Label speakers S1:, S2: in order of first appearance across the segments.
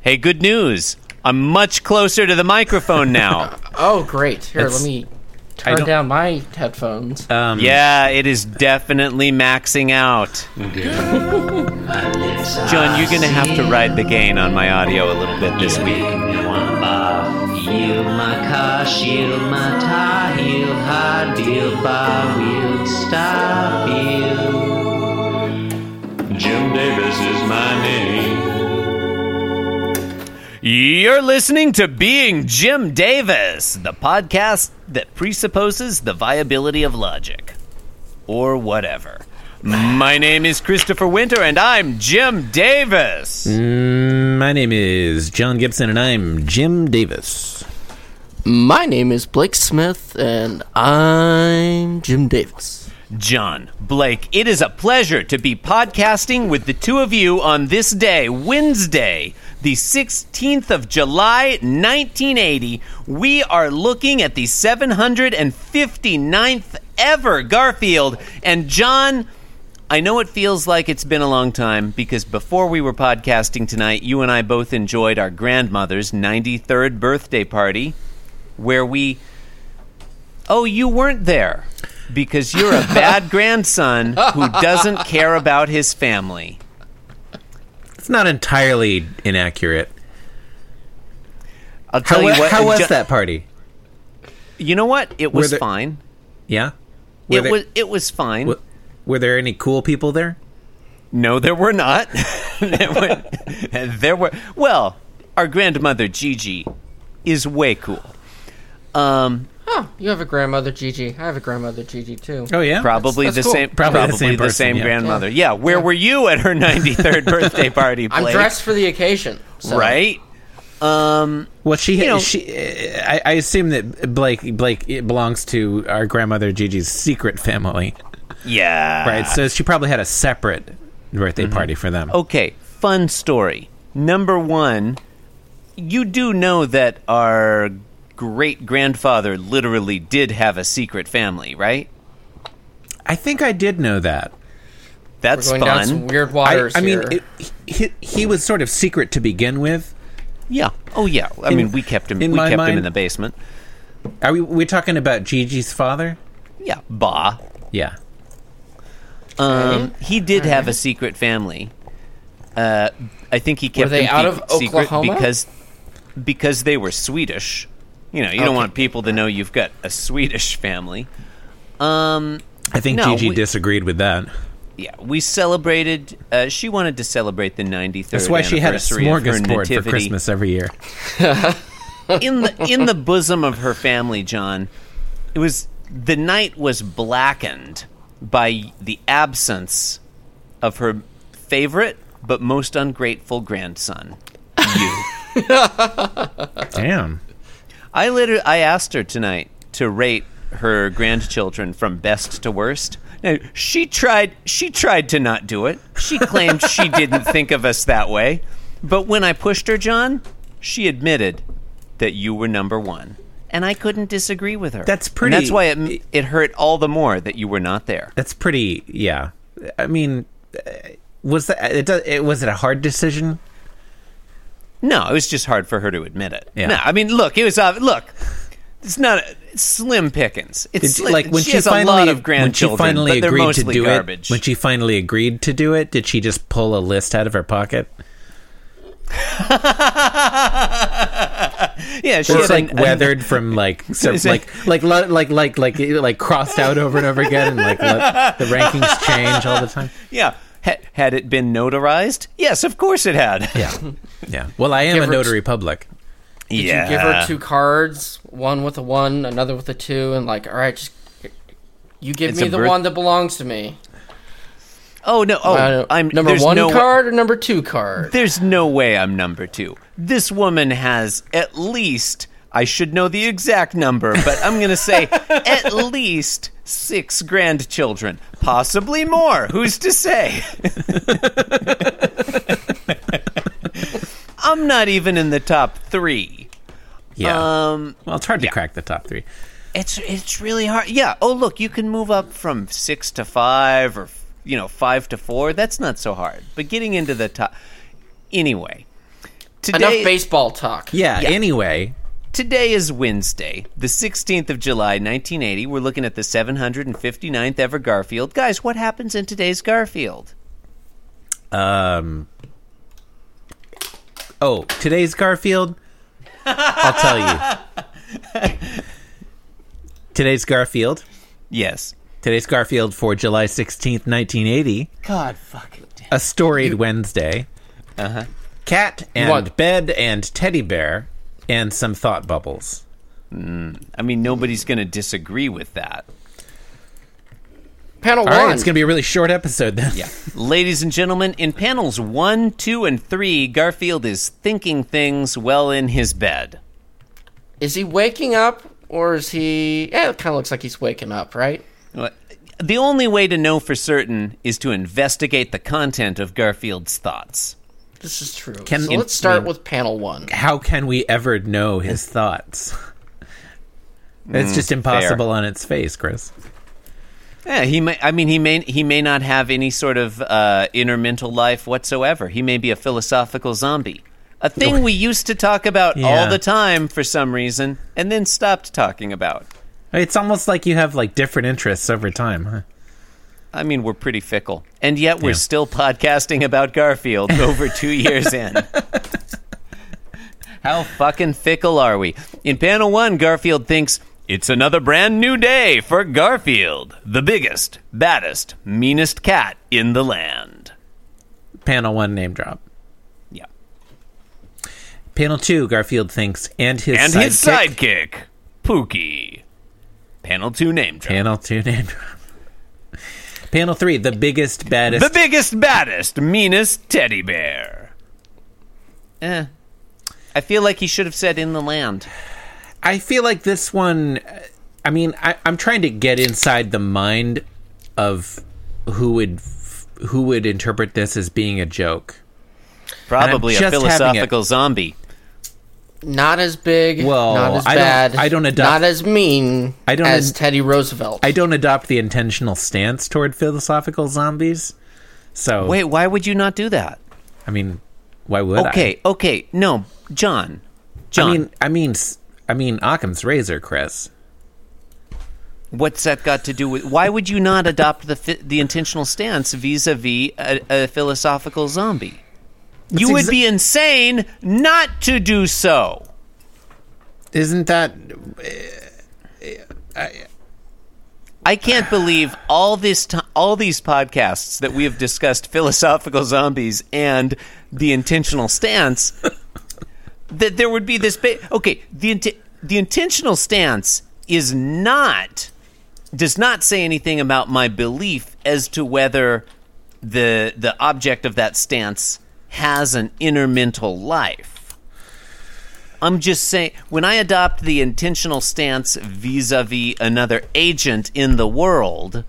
S1: Hey, good news. I'm much closer to the microphone now.
S2: Oh, great. Here,
S1: It's-
S2: let me
S1: don't- Uh,
S2: turn down my headphones.
S3: Um,
S1: yeah, it is definitely maxing out. John, you're going to have to ride the gain on my audio a little bit this week.
S4: Jim Davis is my name.
S1: You're listening to Being Jim Davis, the podcast that presupposes the viability of logic. Or whatever. My name is Christopher Winter, and I'm Jim Davis.
S3: Mm, My name is John Gibson, and I'm Jim Davis.
S2: My name is Blake Smith, and I'm Jim Davis.
S1: John, Blake, it is a pleasure to be podcasting with the two of you on this day, Wednesday, the 16th of July, 1980. We are looking at the 759th ever Garfield. And, John, I know it feels like it's been a long time because before we were podcasting tonight, you and I both enjoyed our grandmother's 93rd birthday party where we. Oh, you weren't there because you're a bad grandson who doesn't care about his family.
S3: It's not entirely inaccurate.
S1: I'll
S3: How,
S1: tell you what.
S3: how was
S1: Jo-
S3: that party?
S1: You know what? It was
S3: there-
S1: fine.
S3: Yeah.
S1: It
S3: there,
S1: was. It was fine.
S3: wa- were there any cool people there?
S1: No, there were not. there, were, there were. Well, our grandmother Gigi is way cool. Um,
S2: Oh, you have a grandmother, Gigi. I have a grandmother, Gigi, too.
S3: Oh yeah.
S1: probably the
S2: That's- that's cool.
S1: same.
S3: Probably the same person, yeah.
S1: grandmother. Yeah. Where were you at her ninety third birthday party?
S2: I'm
S1: Blake?
S2: dressed for the occasion. so-
S1: right.
S3: Well, she
S1: know-
S3: she. uh, I, I assume that Blake Blake it belongs to our grandmother Gigi's secret family,
S1: Yeah.
S3: right? so she probably had a separate birthday
S1: Mm-hmm.
S3: party for them.
S1: okay, fun story. Number one, you do know that our great grandfather literally did have a secret family, right?
S3: I think I did know that.
S1: That's
S2: Going down some
S1: fun.
S2: weird
S3: I,
S2: waters
S3: I mean,
S2: here.
S3: it, he he was sort of secret to begin with.
S1: Yeah. Oh yeah. I mean, we kept him.
S3: in
S1: we
S3: my
S1: kept him
S3: mind-
S1: in the basement.
S3: Are we we talking about Gigi's father?
S1: Yeah. Bah.
S3: Yeah.
S1: Um, he did have a secret family. Uh, I think he kept
S2: they
S1: them
S2: out
S1: pe-
S2: of
S1: secret
S2: Oklahoma?
S1: because because they were Swedish. You know, you don't
S2: Okay.
S1: want people to know you've got a Swedish family.
S3: I think
S1: No,
S3: Gigi
S1: we-
S3: disagreed with that.
S1: Yeah, we celebrated. Uh, she wanted to celebrate the 93rd.
S3: That's why she had a
S1: anniversary of her
S3: smorgasbord for
S1: nativity.
S3: Christmas every year.
S1: in the in the bosom of her family. John, it was the night was blackened by the absence of her favorite but most ungrateful grandson.
S3: Damn.
S1: I literally I asked her tonight to rate her grandchildren from best to worst. Now she tried she tried to not do it. She claimed she didn't think of us that way. But when I pushed her, John, she admitted that you were number one. And I couldn't disagree with her.
S3: That's
S1: And
S3: pretty-
S1: that's why it, it hurt all the more that you were not there.
S3: That's pretty. Yeah. I mean, uh, was that it, does- it? Was it a hard decision?
S1: No, it was just hard for her to admit it.
S3: Yeah.
S1: No, I mean, look, it was obvious. Look, it's not it's slim pickings. It's
S3: Did you-
S1: sli-
S3: like when she,
S1: has
S3: finally
S1: a lot of
S3: when she
S1: grandchildren,
S3: finally
S1: but they're
S3: agreed to
S1: mostly
S3: do
S1: garbage.
S3: it. When she finally agreed to do it, did she just pull a list out of her pocket?
S1: yeah, she
S3: It's
S1: had
S3: like
S1: an- an-
S3: weathered from like so,
S1: Is it-
S3: like like lo- like like like like crossed out over and over again, and like let the rankings change all the time.
S1: Yeah. Ha- had it been notarized? Yes, of course it had.
S3: Yeah, yeah. Well, I am
S2: Give
S3: a
S2: her-
S3: notary public.
S1: Did
S2: You give her two cards, one with a one, another with a two, and like, all right, just you give
S1: It's
S2: me
S1: a
S2: the
S1: birth-
S2: one that belongs to me.
S1: Oh no! Oh,
S2: Uh,
S1: I'm
S2: number
S1: there's
S2: one
S1: no,
S2: card or number two card?
S1: There's no way I'm number two. This woman has at least. I should know the exact number, but I'm going to say at least six grandchildren, possibly more. Who's to say? I'm not even in the top three.
S3: Yeah.
S1: Um,
S3: well, it's hard to crack the top three.
S1: It's it's really hard. Yeah. Oh, look, you can move up from six to five, or you know, five to four. That's not so hard. But getting into the top, anyway. Today,
S2: Enough baseball talk.
S3: Yeah,
S1: Yeah.
S3: Anyway,
S1: Today is Wednesday, the 16th of July, 1980. We're looking at the 759th ever Garfield. Guys, what happens in today's Garfield?
S3: oh, today's Garfield. I'll tell you. today's Garfield.
S1: Yes.
S3: Today's Garfield for July 16th, 1980.
S1: God fucking damn.
S3: A storied Wednesday. Uh huh. Cat and
S2: What?
S3: bed and teddy bear and some thought bubbles.
S1: I mean, nobody's going to disagree with that.
S2: Panel
S3: All right,
S2: one.
S3: it's going to be a really short episode then. Yeah.
S1: Ladies and gentlemen, in panels one, two, and three, Garfield is thinking things well in his bed.
S2: is he waking up or is he? Yeah, it kind of looks like he's waking up, right?
S1: The only way to know for certain is to investigate the content of Garfield's thoughts.
S2: This is true.
S3: Can-
S2: so let's start
S3: in-
S2: with panel one.
S3: How can we ever know his thoughts? It's just impossible on its face, Chris.
S1: Yeah, he may. I mean, he may. He may not have any sort of uh, inner mental life whatsoever. He may be a philosophical zombie, a thing we used to talk about all
S3: Yeah.
S1: the time for some reason, and then stopped talking about.
S3: It's almost like you have like different interests over time. Huh?
S1: I mean, we're pretty fickle, and yet we're
S3: Yeah.
S1: still podcasting about Garfield over two years in. How fucking fickle are we? In panel one, Garfield thinks it's another brand new day for Garfield, the biggest, baddest, meanest cat in the land.
S3: Panel 1 name drop.
S1: Yeah.
S3: Panel 2 Garfield thinks and his
S1: And
S3: sidekick.
S1: his sidekick, Pookie. Panel two name drop.
S3: Panel 2 name drop. Panel 3 the biggest baddest
S1: The biggest, baddest, meanest teddy bear. Eh. I feel like he should have said in the land.
S3: I feel like this one. I mean, I, I'm trying to get inside the mind of who would who would interpret this as being a joke.
S1: Probably a
S3: just having it.
S1: philosophical zombie.
S2: Not as big.
S3: Well,
S2: not as
S3: I don't-
S2: bad.
S3: I don't adopt-
S2: Not as mean.
S3: I don't
S2: as
S3: ad-
S2: Teddy Roosevelt.
S3: I don't adopt the intentional stance toward philosophical zombies. So
S1: Wait, why would you not do that?
S3: I mean, why would I?
S1: Okay, okay. No, John. John,
S3: I mean, I mean, s- I mean, Occam's razor, Chris.
S1: what's that got to do with. Why would you not adopt the, fi- the intentional stance vis a vis a philosophical zombie? You would
S3: exa-
S1: be insane not to do so.
S3: Isn't that
S1: I can't believe all this ti all these podcasts that we have discussed philosophical zombies and the intentional stance that there would be this ba- okay the inti- the intentional stance is not does not say anything about my belief as to whether the the object of that stance has an inner mental life. I'm just saying, when I adopt the intentional stance vis a vis another agent in the world,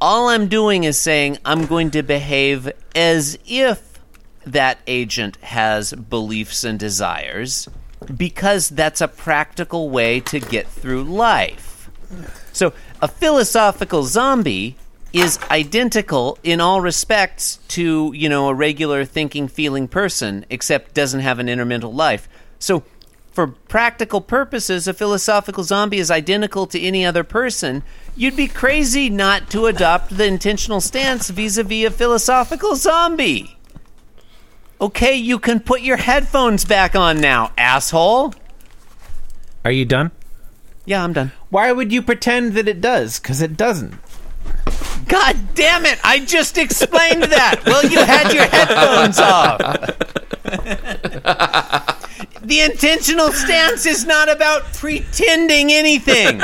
S1: all I'm doing is saying I'm going to behave as if that agent has beliefs and desires because that's a practical way to get through life. So, a philosophical zombie is identical in all respects to, you know, a regular thinking, feeling person, except doesn't have an inner mental life. So, for practical purposes, a philosophical zombie is identical to any other person. You'd be crazy not to adopt the intentional stance vis a vis a philosophical zombie. Okay, you can put your headphones back on now, asshole.
S3: are you done?
S1: Yeah, I'm done.
S3: Why would you pretend that it does? Because it doesn't.
S1: God damn it! I just explained that. Well, you had your headphones off. the intentional stance is not about pretending anything.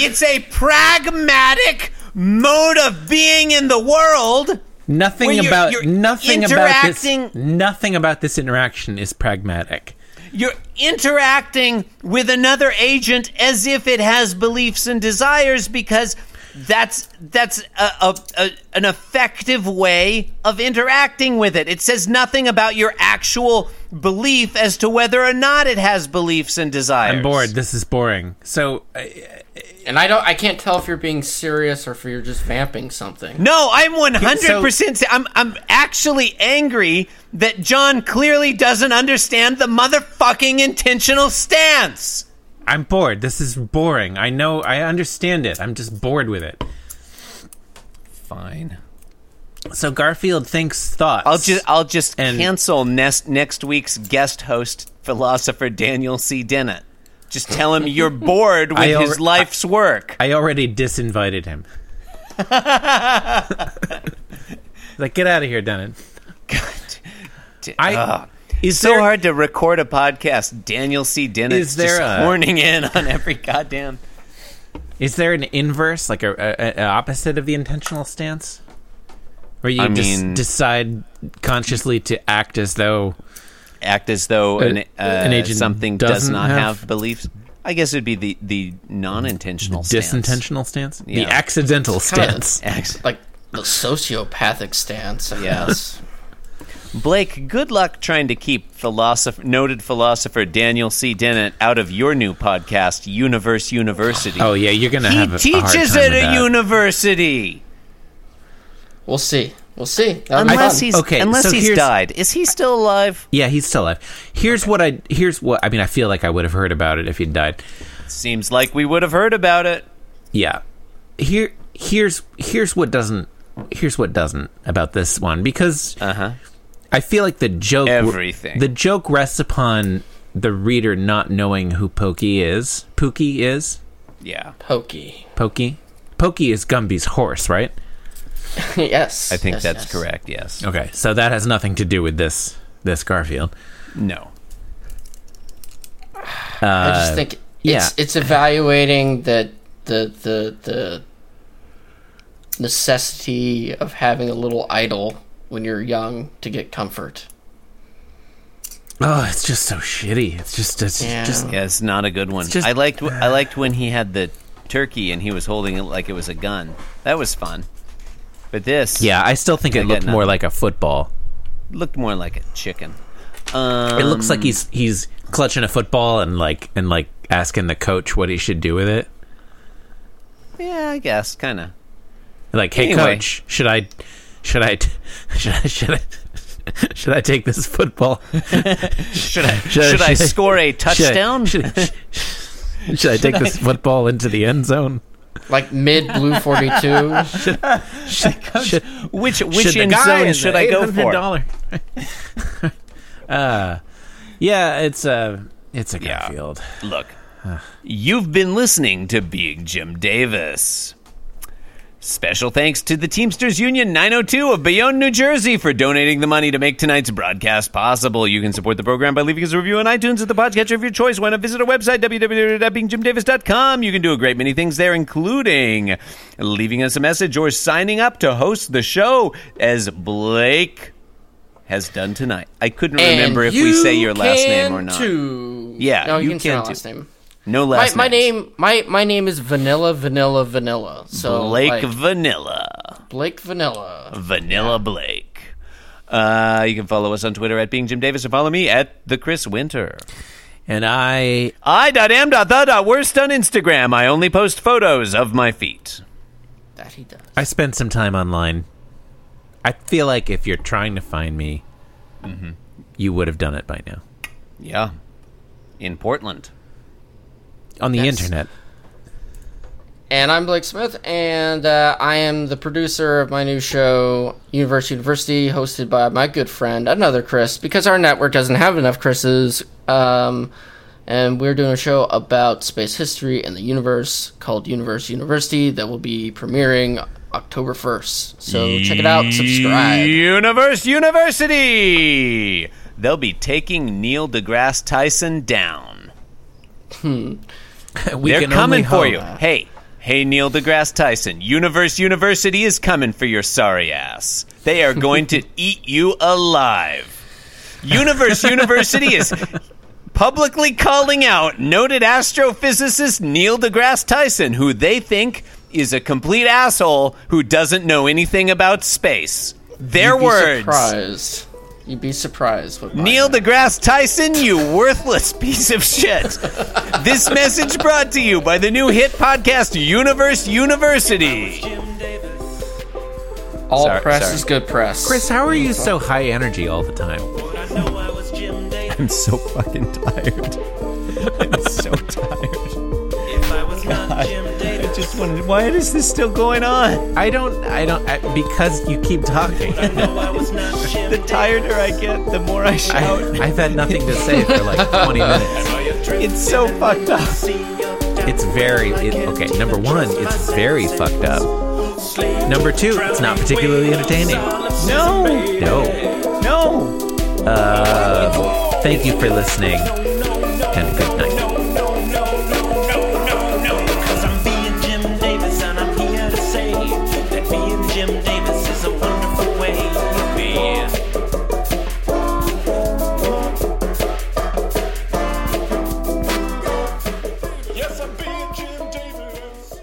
S1: It's a pragmatic mode of being in the world.
S3: Nothing
S1: Well, you're-
S3: about
S1: you're
S3: nothing about
S1: interacting-
S3: this. Nothing about this interaction is pragmatic.
S1: You're interacting with another agent as if it has beliefs and desires because That's that's a, a, a, an effective way of interacting with it. It says nothing about your actual belief as to whether or not it has beliefs and desires.
S3: I'm bored. This is boring. So uh,
S2: And I don't. I can't tell if you're being serious or if you're just vamping something.
S1: No, I'm 100% si- I'm I'm actually angry that John clearly doesn't understand the motherfucking intentional stance.
S3: I'm bored. This is boring. I know. I understand it. I'm just bored with it. Fine. So Garfield thinks thoughts.
S1: I'll just I'll just
S3: And-
S1: cancel next next week's guest host philosopher Daniel C. Dennett. Just tell him you're bored with
S3: I alre-
S1: his life's work.
S3: I already disinvited him. like, get out of here, Denon. I.
S1: Ugh.
S3: is
S1: so
S3: there-
S1: hard to record a podcast. Daniel C. Dennett
S3: Is there
S1: just
S3: a-
S1: horning in on every goddamn.
S3: Is there an inverse, like a, a, a opposite of the intentional stance, where you
S1: I
S3: just
S1: mean-
S3: decide consciously to act as though?
S1: act as though an, uh,
S3: an agent
S1: something does
S3: doesn't
S1: not have,
S3: have-
S1: beliefs. I guess it'd be the the non-intentional, stance.
S3: Disintentional stance?
S1: Yeah.
S3: The accidental
S2: kinda-
S3: stance.
S1: Ex-
S2: Like the sociopathic stance. I
S1: Yeah.
S2: guess.
S1: Blake, good luck trying to keep philosopher, noted philosopher Daniel C. Dennett out of your new podcast, Universe University.
S3: Oh yeah, you're gonna
S1: he
S3: have a, a hard
S1: teaches
S3: time
S1: at
S3: with
S1: a
S3: that.
S1: university.
S2: We'll see. We'll see. That'll be
S1: Unless
S2: fun.
S1: he's
S3: Okay,
S1: unless
S3: so
S1: he's
S3: here's-
S1: died, is he still alive?
S3: Yeah, he's still alive. Here's what I here's what I mean. I feel like I would have heard about it if he'd died.
S1: Seems like we would have heard about it.
S3: Yeah. Here here's here's what doesn't here's what doesn't about this one because
S1: Uh huh.
S3: I feel like the joke
S1: Everything.
S3: the joke rests upon the reader not knowing who Pokey is. Pookie is
S1: Yeah,
S2: pokey.
S3: Pokey. Pokey is Gumby's horse, right?
S2: yes.
S1: I think
S2: yes,
S1: that's
S2: yes.
S1: correct. Yes.
S3: Okay, so that has nothing to do with this this Garfield.
S1: No.
S2: I
S1: Uh,
S2: just think it's
S3: yeah.
S2: it's evaluating the the the the necessity of having a little idol when you're young to get comfort.
S3: Oh, it's just so shitty. It's just it's
S2: Yeah.
S3: just
S1: Yeah, it's not a good one.
S3: just-
S1: I liked I liked when he had the turkey and he was holding it like it was a gun. That was fun. But this
S3: Yeah, I still think it
S1: I get
S3: looked more
S1: nothing.
S3: like a football.
S1: looked more like a chicken. Um,
S3: It looks like he's he's clutching a football and like and like asking the coach what he should do with it.
S1: yeah, I guess kind of.
S3: Like, hey
S1: Anyway.
S3: coach, should I should I should I should I should I take this football?
S1: Should I should, I score a touchdown?
S3: Should I, should I- should I take this football into the end zone?
S2: Like mid blue forty two.
S3: Should, should,
S1: which
S3: should
S1: which
S3: the
S1: end
S3: guy in
S1: zone
S3: the
S1: should I go for?
S3: $800 uh, yeah, it's a it's a Garfield.
S1: Look, you've been listening to Being Jim Davis. Special thanks to the Teamsters Union 902 of Bayonne, New Jersey for donating the money to make tonight's broadcast possible. You can support the program by leaving us a review on iTunes at the podcatcher of your choice. Why not visit our website, www.beingjimdavis.com. You can do a great many things there, including leaving us a message or signing up to host the show as Blake has done tonight. I couldn't remember if we say your last name or not.
S2: Too.
S1: Yeah,
S2: no,
S1: you
S2: you, can, say my
S1: can too.
S2: last name.
S1: No
S2: My,
S1: last
S2: my
S1: names.
S2: name my my name is Vanilla Vanilla Vanilla. So
S1: Blake
S2: Oh, like,
S1: Vanilla.
S2: Blake Vanilla.
S1: Vanilla Blake. Uh, you can follow us on Twitter at Being Jim Davis or follow me at the Chris Winter.
S3: And I
S1: I dot am dot the dot worst on Instagram. I only post photos of my feet.
S2: That he does.
S3: I spent some time online. I feel like if you're trying to find me, you would have done it by now
S1: Yeah. In Portland.
S3: on the
S2: That's-
S3: internet.
S2: And I'm Blake Smith, and uh, I am the producer of my new show, Universe University, hosted by my good friend, another Chris, because our network doesn't have enough Chris's. Um, and we're doing a show about space history and the universe called Universe University that will be premiering October 1st. So check it out, subscribe.
S1: Universe University. They'll be taking Neil deGrasse Tyson down.
S3: we
S1: They're
S3: can
S1: coming
S3: only
S1: for
S3: hope.
S1: you. Hey, hey, Neil deGrasse Tyson. Universe University is coming for your sorry ass. They are going to eat you alive. Universe University is publicly calling out noted astrophysicist Neil deGrasse Tyson, who they think is a complete asshole who doesn't know anything about space. Their
S2: You'd be
S1: words.
S2: Surprised. You'd be surprised. What mine
S1: Neil
S2: are.
S1: deGrasse Tyson, you worthless piece of shit. this message brought to you by the new hit podcast Universe University.
S2: all
S1: Sorry,
S2: press
S1: sorry.
S2: is good press.
S3: Chris, how are you so high energy all the time?
S1: I'm so fucking tired. I'm so tired. I just wondered why is this still going on?
S3: I don't, I don't, I, because you keep talking.
S1: The tireder I get, the more I shout.
S3: I, I've had nothing to say for like 20 minutes.
S1: it's so fucked up.
S3: It's very, it, okay, number one, it's very fucked up. Number two, it's not particularly entertaining.
S1: No,
S3: No.
S1: no.
S3: Uh, thank you for listening, and good night.
S5: Yeah.
S4: Yes, I'm being Jim Davis.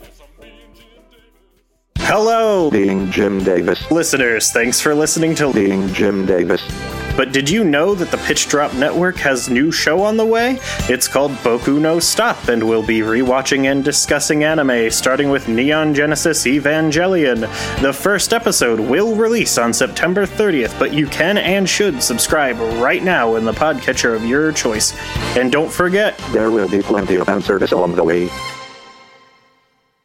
S4: Yes, I'm being Jim Davis.
S6: Hello,
S7: Being Jim Davis.
S6: listeners. Thanks for listening to.
S7: Being Jim Davis.
S6: But did you know that the Pitch Drop Network has new show on the way? It's called Boku no Stop, and we'll be rewatching and discussing anime, starting with Neon Genesis Evangelion. The first episode will release on September 30th, but you can and should subscribe right now in the podcatcher of your choice. And don't forget,
S7: There will be plenty of answers along the way.